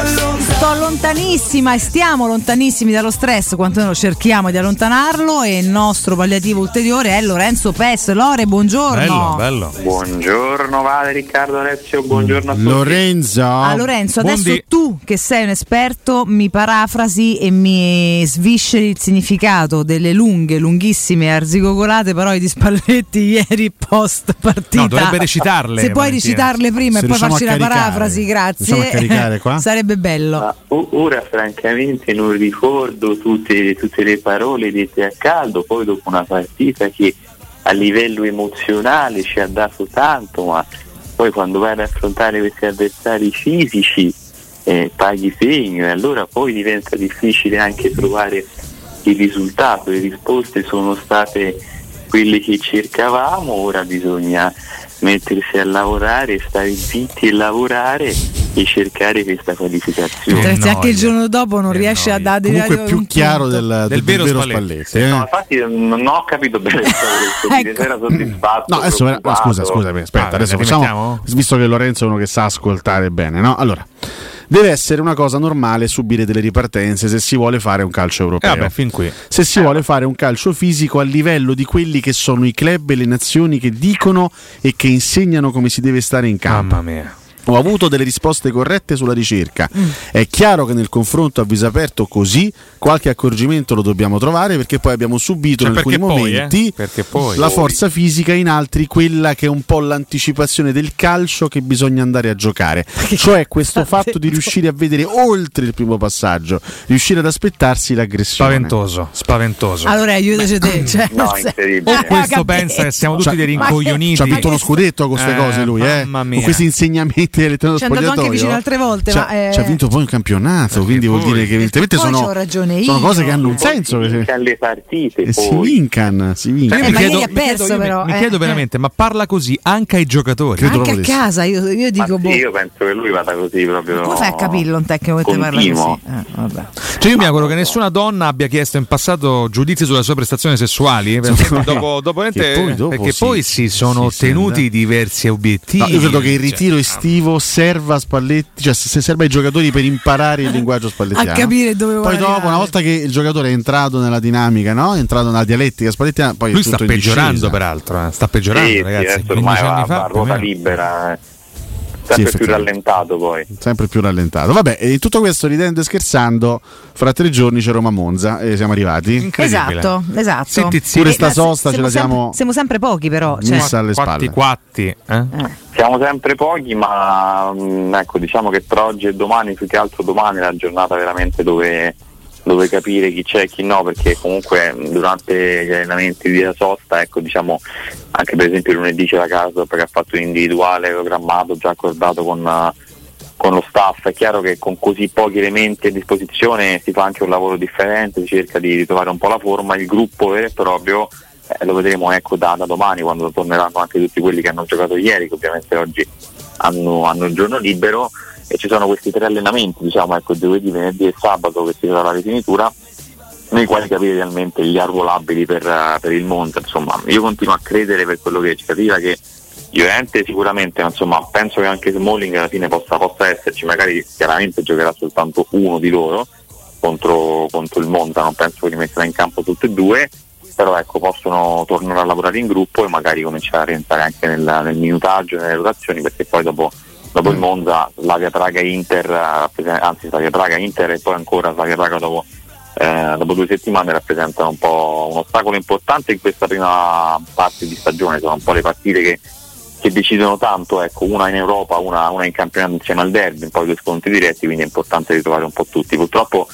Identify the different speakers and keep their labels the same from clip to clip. Speaker 1: Sto lontanissima e stiamo lontanissimi dallo stress, quantomeno cerchiamo di allontanarlo e il nostro palliativo ulteriore è Lorenzo Pes. Lore, buongiorno.
Speaker 2: Bello, bello.
Speaker 3: Buongiorno Vale, Riccardo Alessio, buongiorno a tutti.
Speaker 4: Lorenzo.
Speaker 1: Ah, Lorenzo, adesso
Speaker 2: Buondì.
Speaker 1: tu che sei un esperto mi parafrasi e mi svisceri il significato delle lunghe, lunghissime e arzigogolate parole di Spalletti ieri post partita.
Speaker 2: No, dovrebbe recitarle,
Speaker 1: Se puoi
Speaker 2: Valentina.
Speaker 1: recitarle prima
Speaker 4: Se
Speaker 1: e poi
Speaker 4: riusciamo
Speaker 1: farci
Speaker 4: a
Speaker 1: la
Speaker 4: caricare.
Speaker 1: parafrasi,
Speaker 4: Riusciamo
Speaker 1: grazie.
Speaker 4: a caricare qua?
Speaker 1: Sarebbe bello.
Speaker 3: Ma o- ora francamente non ricordo tutte, tutte le parole dette a caldo, poi dopo una partita che a livello emozionale ci ha dato tanto, ma poi quando vai ad affrontare questi avversari fisici eh, paghi segno e allora poi diventa difficile anche trovare il risultato, le risposte sono state quelle che cercavamo, ora bisogna mettersi a lavorare, stare zitti e lavorare e cercare questa qualificazione.
Speaker 1: Altrimenti anche il
Speaker 2: noia.
Speaker 1: giorno dopo non
Speaker 2: Che
Speaker 1: riesce a
Speaker 2: noia.
Speaker 1: dare
Speaker 4: Comunque è più chiaro del, del,
Speaker 2: vero
Speaker 4: vero,
Speaker 2: Spalletti.
Speaker 4: Spalletti.
Speaker 3: No,
Speaker 4: eh.
Speaker 3: infatti non ho capito bene cosa
Speaker 1: Ecco.
Speaker 3: era soddisfatto.
Speaker 4: No, adesso vera- no, scusa,
Speaker 3: preoccupato.
Speaker 4: scusami, aspetta,
Speaker 2: Ah,
Speaker 4: adesso
Speaker 2: ne
Speaker 4: facciamo
Speaker 2: rimettiamo?
Speaker 4: visto che Lorenzo è uno che sa ascoltare bene, no? Allora, deve essere una cosa normale subire delle ripartenze se si vuole fare un calcio
Speaker 2: Eh,
Speaker 4: europeo.
Speaker 2: vabbè, fin qui.
Speaker 4: se si vuole fare un calcio fisico a livello di quelli che sono i club e le nazioni che dicono e che insegnano come si deve stare in campo.
Speaker 2: Mamma mia.
Speaker 4: Ho avuto delle risposte corrette sulla ricerca.
Speaker 2: Mm.
Speaker 4: È chiaro che nel confronto a viso aperto così qualche accorgimento lo dobbiamo trovare perché poi abbiamo subito
Speaker 2: Cioè,
Speaker 4: in alcuni
Speaker 2: perché poi, eh?
Speaker 4: momenti
Speaker 2: Perché poi.
Speaker 4: la forza fisica in altri quella che è un po' l'anticipazione del calcio che bisogna andare a giocare. Cioè questo fatto di riuscire a vedere oltre il primo passaggio, riuscire ad aspettarsi l'aggressione.
Speaker 2: Spaventoso, spaventoso.
Speaker 1: Allora, aiutaci te. Cioè,
Speaker 3: No,
Speaker 1: se-
Speaker 3: incredibile.
Speaker 1: Ah,
Speaker 2: Questo
Speaker 1: capito.
Speaker 2: pensa che siamo tutti
Speaker 4: Cioè,
Speaker 2: dei
Speaker 4: ma-
Speaker 2: rincoglioniti.
Speaker 4: Ci ha vinto uno scudetto con queste
Speaker 2: Eh,
Speaker 4: cose lui, eh?
Speaker 2: mamma
Speaker 4: Con
Speaker 2: mia.
Speaker 4: questi insegnamenti all'interno
Speaker 1: Ci è
Speaker 4: dello
Speaker 1: andato anche
Speaker 4: spogliatoio.
Speaker 1: vicino altre volte,
Speaker 4: Ci ha-
Speaker 1: ma, eh,
Speaker 4: Ci ha vinto poi un campionato, quindi vuol
Speaker 2: Eh, poi-
Speaker 4: dire che evidentemente
Speaker 1: poi
Speaker 4: sono,
Speaker 1: c'ho ragione
Speaker 4: sono
Speaker 1: io.
Speaker 4: cose che hanno un
Speaker 3: Poi
Speaker 4: senso.
Speaker 3: si
Speaker 4: perché-
Speaker 3: vincan le partite
Speaker 4: eh, si
Speaker 3: poi.
Speaker 4: vincan, si vincan.
Speaker 1: Eh,
Speaker 2: mi
Speaker 1: ma
Speaker 2: chiedo,
Speaker 1: ieri ha
Speaker 2: mi chiedo-
Speaker 1: perso
Speaker 2: io mi-
Speaker 1: però,
Speaker 2: mi
Speaker 1: eh,
Speaker 2: chiedo
Speaker 1: eh.
Speaker 2: veramente, ma parla così anche ai giocatori?
Speaker 4: Credo
Speaker 1: anche a
Speaker 4: proprio di sì.
Speaker 1: casa io, io
Speaker 3: Ma
Speaker 1: dico,
Speaker 3: sì,
Speaker 1: boh,
Speaker 3: io penso che lui vada così proprio.
Speaker 1: come fai a capirlo un tecnico che te parla
Speaker 3: continuo.
Speaker 1: così? Eh, vabbè.
Speaker 2: Cioè, io mi auguro che nessuna donna abbia chiesto in passato giudizi sulla sua prestazione sessuali. Perché
Speaker 4: No.
Speaker 2: dopo, dopo
Speaker 4: Che
Speaker 2: niente-
Speaker 4: poi dopo
Speaker 2: perché
Speaker 4: sì.
Speaker 2: poi si sono
Speaker 4: Sì, sì,
Speaker 2: ottenuti
Speaker 4: andate.
Speaker 2: diversi obiettivi.
Speaker 4: No, io credo che il
Speaker 2: Cioè,
Speaker 4: ritiro estivo serva a Spalletti, cioè se se serva ai giocatori per imparare il linguaggio spallettiano.
Speaker 1: A capire dove
Speaker 4: Poi
Speaker 1: vuole
Speaker 4: dopo,
Speaker 1: arrivare.
Speaker 4: una volta che il giocatore è entrato nella dinamica, no? è entrato nella dialettica spallettiana, poi è
Speaker 2: ah, Lui sta
Speaker 4: tutto in
Speaker 2: peggiorando,
Speaker 4: discesa.
Speaker 2: peraltto. eh, Sta peggiorando,
Speaker 3: Sì, sì,
Speaker 2: ragazzi.
Speaker 3: adesso
Speaker 2: 15
Speaker 3: ormai va,
Speaker 2: anni
Speaker 3: va
Speaker 2: fa,
Speaker 3: a
Speaker 2: più o
Speaker 3: ruota
Speaker 2: meno.
Speaker 3: libera, eh.
Speaker 4: Sì,
Speaker 3: sempre più
Speaker 4: effettivamente.
Speaker 3: rallentato poi.
Speaker 4: sempre più rallentato. Vabbè, e in tutto questo ridendo e scherzando, fra tre giorni c'è Roma Monza e siamo arrivati.
Speaker 2: Incredibile.
Speaker 1: Esatto, esatto.
Speaker 2: Zitti, zitti.
Speaker 4: Pure
Speaker 1: Eh,
Speaker 4: sta
Speaker 1: ma se-
Speaker 4: sosta ce la siamo-
Speaker 1: sempre, siamo sempre pochi però, cioè,
Speaker 4: Messa alle
Speaker 2: Quatti,
Speaker 4: spalle.
Speaker 2: quatti. eh?
Speaker 3: Siamo sempre pochi, ma mh, ecco, diciamo che tra oggi e domani, più che altro domani è la giornata veramente dove, dove capire chi c'è e chi no, perché comunque mh, durante gli allenamenti di sosta, ecco, diciamo, anche per esempio lunedì c'è la casa perché ha fatto un individuale programmato, già accordato con, eh, con lo staff, è chiaro che con così pochi elementi a disposizione si fa anche un lavoro differente, si cerca di ritrovare un po' la forma, il gruppo vero e proprio eh, lo vedremo ecco, da, da domani quando torneranno anche tutti quelli che hanno giocato ieri, che ovviamente oggi hanno, hanno il giorno libero e ci sono questi tre allenamenti, diciamo, ecco, giovedì, venerdì e sabato che si sarà la rifinitura, nei quali capire realmente gli arruolabili per, eh, per il Monza. Insomma, io continuo a credere per quello che ci arriva che Llorente sicuramente, ma insomma, penso che anche Smalling alla fine possa, possa esserci, magari chiaramente giocherà soltanto uno di loro contro, contro il Monza, non penso che li metterà in campo tutti e due, però ecco, possono tornare a lavorare in gruppo e magari cominciare a rientrare anche nel, nel minutaggio, nelle rotazioni, perché poi dopo, dopo il Monza, Slavia Praga Inter, eh, anzi Slavia Praga Inter e poi ancora Slavia Praga dopo, eh, dopo due settimane rappresentano un po' un ostacolo importante in questa prima parte di stagione, sono un po' le partite che che decidono tanto, ecco, una in Europa, una, una in campionato insieme al derby, poi due scontri diretti, quindi è importante ritrovare un po' tutti. Purtroppo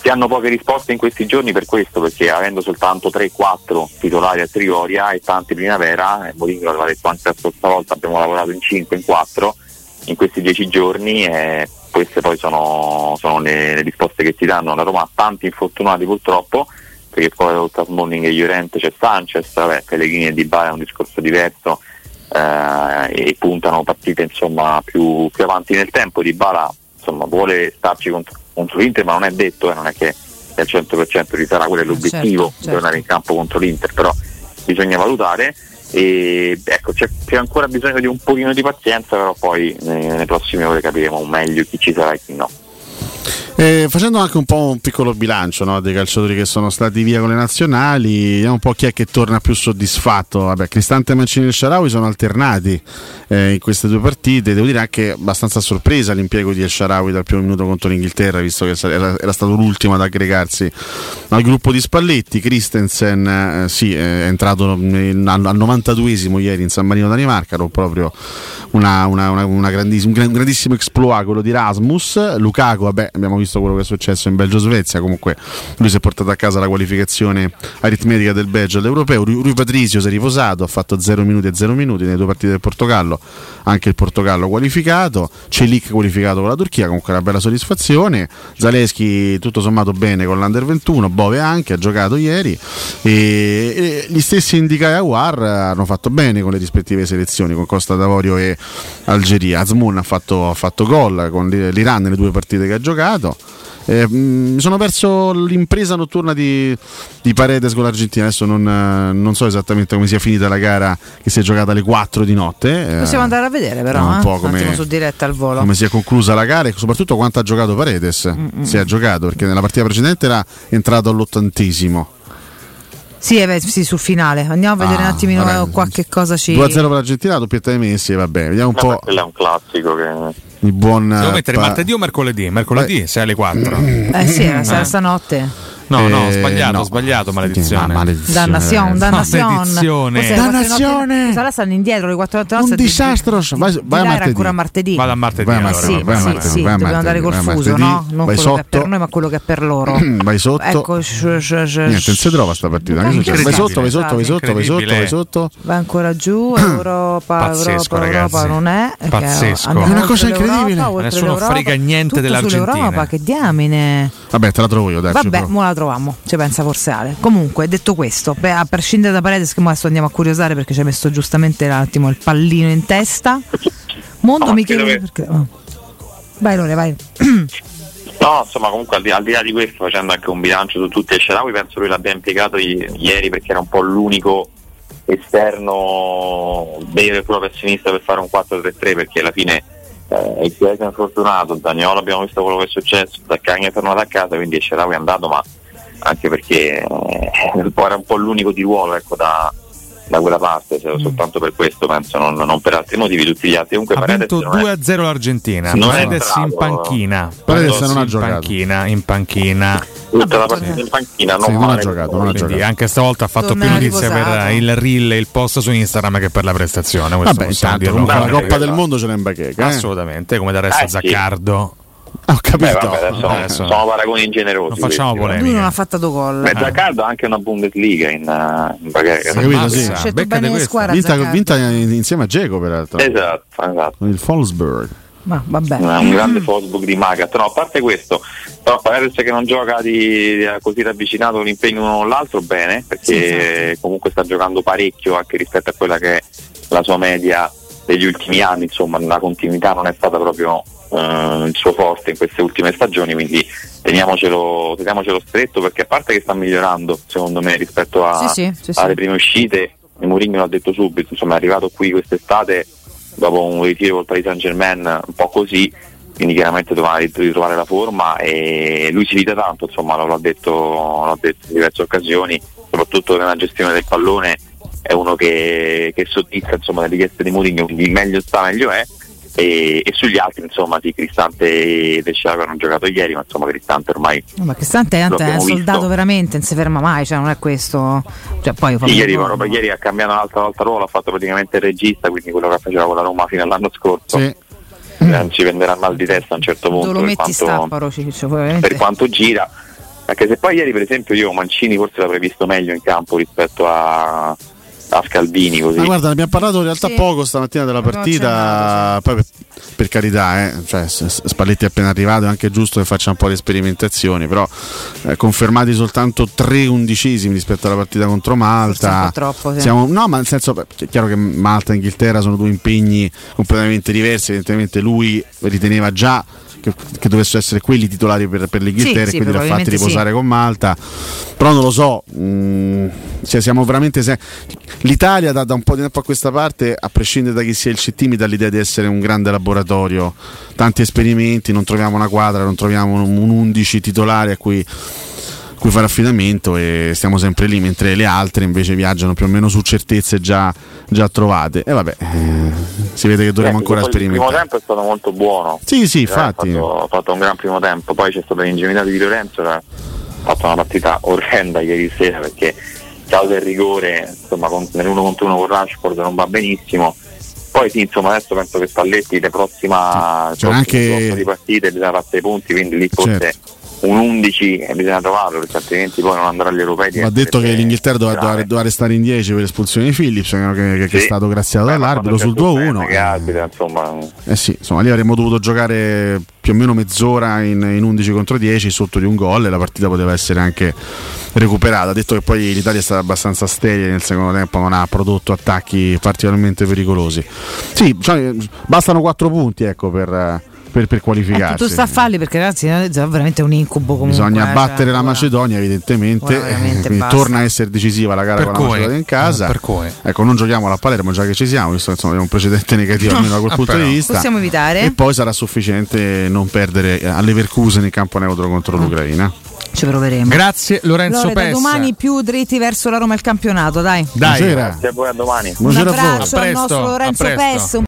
Speaker 3: si hanno poche risposte in questi giorni per questo, perché avendo soltanto 3-4 titolari a Trigoria e tanti primavera, e Mourinho l'aveva detto anche la scorsa volta, abbiamo lavorato in 5, in 4 in questi 10 giorni e queste poi sono, sono le, le risposte che si danno. La Roma ha tanti infortunati purtroppo, perché poi oltre a Smalling e Llorente c'è Sanchez, vabbè, Pellegrini e Di Bala è un discorso diverso, eh, e puntano partite insomma più, più avanti nel tempo. Di Bala insomma, vuole starci contro, contro l'Inter, ma non è detto, eh, non è che al 100% ci sarà quello è l'obiettivo,
Speaker 1: Certo, certo.
Speaker 3: tornare in campo contro l'Inter, però bisogna valutare. E ecco, c'è, c'è ancora bisogno di un pochino di pazienza, però poi eh, nelle prossime ore capiremo meglio chi ci sarà e chi no.
Speaker 4: Eh, facendo anche un po' un piccolo bilancio no, dei calciatori che sono stati via con le nazionali, vediamo un po' chi è che torna più soddisfatto. Vabbè, Cristante Mancini e Sharawi sono alternati eh, in queste due partite. Devo dire anche abbastanza sorpresa l'impiego di El Sharawi dal primo minuto contro l'Inghilterra, visto che era, era stato l'ultimo ad aggregarsi al gruppo di Spalletti. Christensen eh, sì, è entrato nel- al, al 92esimo ieri in San Marino, Danimarca, ero proprio una- una- una- una grandiss- un gran- grandissimo exploit quello di Rasmus. Lukaku, vabbè, abbiamo visto quello che è successo in Belgio-Svezia, comunque lui si è portato a casa la qualificazione aritmetica del Belgio all'Europeo. Rui Rui Patricio si è riposato, ha fatto 0 minuti e 0 minuti nelle due partite del Portogallo, anche il Portogallo qualificato, Celic qualificato con la Turchia, comunque una bella soddisfazione. Zaleschi tutto sommato bene con l'Under 21, Bove anche, ha giocato ieri e, e gli stessi Indica e Aguar hanno fatto bene con le rispettive selezioni, con Costa d'Avorio e Algeria. Azmoun ha fatto, ha fatto gol con l'I- l'Iran nelle due partite che ha giocato. Eh, mh, mi sono perso l'impresa notturna di, di Paredes con l'Argentina. Adesso non, eh, non so esattamente come sia finita la gara che si è giocata alle 4 di notte. eh,
Speaker 1: Possiamo andare a vedere però,
Speaker 4: un
Speaker 1: eh?
Speaker 4: po' come-
Speaker 1: attimo su diretta al volo. Mm,
Speaker 4: come si è conclusa la gara e soprattutto quanto ha giocato Paredes. Si è giocato perché nella partita precedente era entrato all'ottantesimo.
Speaker 1: Sì, eh beh, sì, sul finale. Andiamo a vedere
Speaker 4: Ah,
Speaker 1: un attimino
Speaker 4: vabbè.
Speaker 1: qualche cosa ci...
Speaker 4: 2-0 per l'Argentina, la doppietta dei Messi, vabbè, vediamo un
Speaker 3: Ma
Speaker 4: po'
Speaker 3: quello è un classico che
Speaker 4: il buon...
Speaker 2: Devo
Speaker 4: eh,
Speaker 2: eh, mettere
Speaker 4: pa-
Speaker 2: martedì o mercoledì? Mercoledì, sei alle 4.
Speaker 1: Eh sì, era
Speaker 4: Ah.
Speaker 1: sarà stanotte.
Speaker 2: No, no, ho
Speaker 4: Eh,
Speaker 2: sbagliato,
Speaker 4: no.
Speaker 2: ho sbagliato,
Speaker 4: Ma-
Speaker 2: maledizione.
Speaker 4: maledizione.
Speaker 1: Dannazione, dannazione.
Speaker 2: Maledizione.
Speaker 1: Forse le quattro di notte-
Speaker 4: Dannazione.
Speaker 1: Sarà stanno indietro le 4 notte.
Speaker 4: Un
Speaker 1: di-
Speaker 4: disastro. Vai-
Speaker 1: di- di
Speaker 4: vai a
Speaker 1: là era
Speaker 4: martedì.
Speaker 1: ancora martedì.
Speaker 2: Vado a martedì.
Speaker 4: Vai a
Speaker 2: allora,
Speaker 4: martedì,
Speaker 1: sì,
Speaker 4: vai a
Speaker 1: sì,
Speaker 4: martedì,
Speaker 1: sì,
Speaker 4: vai a
Speaker 1: dobbiamo
Speaker 4: martedì,
Speaker 1: andare col
Speaker 4: vai a
Speaker 1: fuso,
Speaker 4: martedì,
Speaker 1: no? Non
Speaker 4: vai
Speaker 1: quello che è per
Speaker 4: sotto.
Speaker 1: noi, ma quello che è per loro.
Speaker 4: Vai sotto.
Speaker 1: Ecco, sh- sh- sh-
Speaker 4: Niente, non si trova sta partita. Che succede? Vai sotto, vai sotto, vai sotto, vai sotto,
Speaker 2: eh.
Speaker 4: vai sotto.
Speaker 1: Va ancora giù, Europa,
Speaker 2: Pazzesco,
Speaker 1: Europa, Europa
Speaker 2: ragazzi.
Speaker 1: non è. perché
Speaker 2: Pazzesco.
Speaker 1: andiamo
Speaker 2: È
Speaker 4: una cosa
Speaker 1: oltre l'Europa,
Speaker 4: incredibile.
Speaker 1: oltre
Speaker 2: Nessuno
Speaker 1: l'Europa.
Speaker 2: frega niente
Speaker 1: Tutto
Speaker 2: dell'Argentina.
Speaker 1: sull'Europa, che diamine.
Speaker 4: Vabbè, te la trovo io, dai. ci
Speaker 1: Vabbè,
Speaker 4: provo.
Speaker 1: mo la troviamo, ci pensa forse Ale. Comunque, detto questo, beh, a prescindere da Paredes, che mo adesso andiamo a curiosare perché ci ha messo giustamente un attimo il pallino in testa. Mondo
Speaker 3: No,
Speaker 1: mi
Speaker 3: credo
Speaker 1: chiede perché. oh. Vai Lore, vai.
Speaker 3: No, insomma, comunque al di, al di là di questo, facendo anche un bilancio su tutti e Sharawi, penso lui l'abbia impiegato i- ieri perché era un po' l'unico esterno vero e proprio a sinistra per fare un 4-3-3 perché alla fine eh, il Chiesa è infortunato, Daniolo abbiamo visto quello che è successo, Zaccagna è tornato a casa, quindi Sharawi è andato, ma anche perché eh, era un po' l'unico di ruolo ecco, da, da quella parte,
Speaker 4: Mm.
Speaker 3: cioè, soltanto per questo penso, non, non per altri motivi, tutti gli altri. Comunque
Speaker 2: Ha
Speaker 3: Paredes
Speaker 2: vinto
Speaker 3: non è-
Speaker 2: 2-0 l'Argentina.
Speaker 3: Sì, non è
Speaker 2: Paredes in
Speaker 3: bravo.
Speaker 2: panchina.
Speaker 4: Paredes non ha
Speaker 2: in
Speaker 4: giocato.
Speaker 2: panchina, in panchina.
Speaker 3: tutta la partita in panchina,
Speaker 4: Sì, non ha
Speaker 3: male.
Speaker 4: giocato, non ha giocato.
Speaker 2: Quindi anche stavolta ha fatto più
Speaker 1: Tornerà
Speaker 2: notizia
Speaker 1: riposato.
Speaker 2: per il reel e il post su Instagram che per la prestazione. Questo
Speaker 4: Vabbè,
Speaker 2: possiamo
Speaker 4: intanto
Speaker 2: dirlo.
Speaker 4: comunque la
Speaker 3: Vabbè,
Speaker 4: Coppa
Speaker 3: quello.
Speaker 4: del Mondo ce l'è in bacheca. Eh?
Speaker 2: Assolutamente, come del resto
Speaker 3: Eh, sì.
Speaker 2: Zaccardo.
Speaker 4: Ah, Ho
Speaker 3: Beh,
Speaker 4: capito. Eh,
Speaker 3: vabbè, adesso,
Speaker 2: Eh, Adesso-
Speaker 3: sono paragoni ingenerosi.
Speaker 2: Non facciamo
Speaker 3: questi,
Speaker 1: Lui non
Speaker 2: mica.
Speaker 1: ha fatto due gol.
Speaker 3: Beh, Zaccardo ha anche una Bundesliga in, eh, in Bagheca.
Speaker 4: Sì, capito,
Speaker 2: Ammazza,
Speaker 4: sì.
Speaker 1: ha scelto
Speaker 2: beccate
Speaker 1: bene le
Speaker 2: questa.
Speaker 1: squadre.
Speaker 4: Vinta,
Speaker 1: Zaccardo.
Speaker 4: vinta insieme a Geco, peraltro.
Speaker 3: Esatto, esatto.
Speaker 4: Con il Folsberg.
Speaker 1: Ma vabbè.
Speaker 3: Una- Ah, Un grande Facebook di Magat. No, a parte questo, però Paredes che non gioca di, di- così ravvicinato un impegno o l'altro bene,
Speaker 1: Sì,
Speaker 3: perché comunque sta giocando parecchio anche rispetto a quella che è la sua media degli ultimi anni, insomma la continuità non è stata proprio eh, il suo forte in queste ultime stagioni, quindi teniamocelo, teniamocelo stretto perché a parte che sta migliorando secondo me rispetto a,
Speaker 1: Sì, sì, sì, sì.
Speaker 3: alle prime uscite, e Mourinho l'ha detto subito, insomma è arrivato qui quest'estate dopo un ritiro col Paris Saint Germain un po' così, quindi chiaramente dovrà ritrovare la forma e lui si vita tanto, insomma lo- l'ha detto, l'ha detto in diverse occasioni, soprattutto nella gestione del pallone è uno che, che soddisfa insomma, le richieste di Mourinho, quindi meglio sta meglio è. E, e sugli altri insomma sì Cristante e De Sciago hanno giocato ieri ma insomma Cristante ormai
Speaker 1: No, ma Cristante tanto eh, è
Speaker 3: L'abbiamo
Speaker 1: un soldato
Speaker 3: visto.
Speaker 1: veramente, non si ferma mai, cioè non è questo. Cioè, poi fa
Speaker 3: Sì, ieri,
Speaker 1: un gol,
Speaker 3: Roma,
Speaker 1: ma-
Speaker 3: ieri ha cambiato un'altra, un'altra ruolo, ha fatto praticamente il regista, quindi quello che faceva con la Roma fino all'anno scorso.
Speaker 4: Sì.
Speaker 3: Eh, ci venderà mal di testa a un certo punto.
Speaker 1: Dove lo
Speaker 3: per
Speaker 1: metti
Speaker 3: quanto-
Speaker 1: stapparo, Ciccio, poi veramente.
Speaker 3: per quanto gira. Anche se poi ieri per esempio io Mancini forse l'avrei visto meglio in campo rispetto a, a Scalvini così.
Speaker 4: Ma guarda, ne abbiamo parlato in realtà
Speaker 1: Sì.
Speaker 4: poco stamattina della
Speaker 1: Abbiamo
Speaker 4: partita.
Speaker 1: accennato,
Speaker 4: Poi per, per carità, eh, cioè, S- S- Spalletti è appena arrivato, è anche giusto che faccia un po' di sperimentazioni. Però eh, confermati soltanto 3 undicesimi rispetto alla partita contro
Speaker 1: Forse un po'
Speaker 4: Malta.
Speaker 1: troppo, sì. Eh,
Speaker 4: Siamo- no, ma nel senso, beh, è chiaro che Malta e Inghilterra sono due impegni completamente diversi. Evidentemente lui riteneva già che, che dovessero essere quelli titolari per, per l'Inghilterra
Speaker 1: Sì, sì,
Speaker 4: e quindi l'ha fatti
Speaker 1: probabilmente
Speaker 4: riposare
Speaker 1: sì.
Speaker 4: con Malta. Però non lo so, mm, cioè siamo veramente. se- L'Italia da, da un po' di tempo a questa parte, a prescindere da chi sia il CT, mi dà l'idea di essere un grande laboratorio. Tanti esperimenti, non troviamo una quadra, non troviamo un, un 11 titolare a cui a cui fare affidamento e stiamo sempre lì, mentre le altre invece viaggiano più o meno su certezze già, già trovate. E vabbè, eh, si vede che dovremo
Speaker 3: Ecco,
Speaker 4: ancora
Speaker 3: poi Il primo
Speaker 4: sperimentare.
Speaker 3: tempo è stato molto buono.
Speaker 4: Sì, sì,
Speaker 3: Eh,
Speaker 4: infatti.
Speaker 3: Ha fatto, ha fatto un gran primo tempo, poi c'è stata l'ingenuità di Di Lorenzo che ha fatto una partita orrenda ieri sera perché causa il rigore, insomma, con- nell'uno contro uno con Rashford non va benissimo. Poi sì, insomma, adesso penso che Spalletti la prossima
Speaker 4: c'era anche-
Speaker 3: di partite bisogna fare sei punti, quindi lì forse
Speaker 4: Certo.
Speaker 3: un 11 e bisogna trovarlo, perché altrimenti poi non andrà agli europei.
Speaker 4: Va
Speaker 3: diventa
Speaker 4: detto che
Speaker 3: veramente
Speaker 4: l'Inghilterra doveva,
Speaker 3: grave.
Speaker 4: doveva- doveva restare in 10 per l'espulsione di Phillips, che, che- che è
Speaker 3: Sì.
Speaker 4: stato graziato
Speaker 3: Beh, ma
Speaker 4: dall'arbitro sul
Speaker 3: quando c'è
Speaker 4: 2-1.
Speaker 3: Che arbitra, insomma,
Speaker 4: Eh sì, insomma, lì avremmo dovuto giocare più o meno mezz'ora in, in 11 contro 10 sotto di un gol e la partita poteva essere anche recuperata. Detto che poi l'Italia è stata abbastanza sterile nel secondo tempo, non ha prodotto attacchi particolarmente pericolosi. Sì, cioè, bastano 4 punti ecco, per, per- per
Speaker 1: Eh,
Speaker 4: qualificarsi.
Speaker 1: tutto sta a falli perché ragazzi è già veramente un incubo comunque.
Speaker 4: Bisogna
Speaker 1: eh,
Speaker 4: battere
Speaker 1: cioè,
Speaker 4: la
Speaker 1: ora-
Speaker 4: Macedonia, evidentemente.
Speaker 1: Ora veramente
Speaker 4: Quindi
Speaker 1: basta.
Speaker 4: torna a essere decisiva la gara
Speaker 2: Per
Speaker 4: con la
Speaker 2: cui?
Speaker 4: Macedonia in casa.
Speaker 2: Eh, per cui?
Speaker 4: Ecco, non giochiamo alla Palermo, già che ci siamo, visto che insomma, abbiamo un precedente negativo almeno da quel
Speaker 2: Ah,
Speaker 4: punto
Speaker 2: però.
Speaker 4: di vista.
Speaker 1: Possiamo evitare?
Speaker 4: E poi sarà sufficiente non perdere eh, alle Vercuse in campo neutro contro
Speaker 1: Ah.
Speaker 4: l'Ucraina.
Speaker 1: Ci proveremo.
Speaker 2: Grazie Lorenzo
Speaker 1: Lore, da
Speaker 2: Pessa.
Speaker 1: domani più dritti verso la Roma e il campionato, dai.
Speaker 2: Dai.
Speaker 4: Buonasera.
Speaker 3: se poi a domani.
Speaker 1: Un
Speaker 4: Buonasera a voi.
Speaker 1: abbraccio
Speaker 2: A
Speaker 1: al
Speaker 2: presto,
Speaker 1: nostro
Speaker 2: a
Speaker 1: Lorenzo
Speaker 2: presto.
Speaker 1: Pes.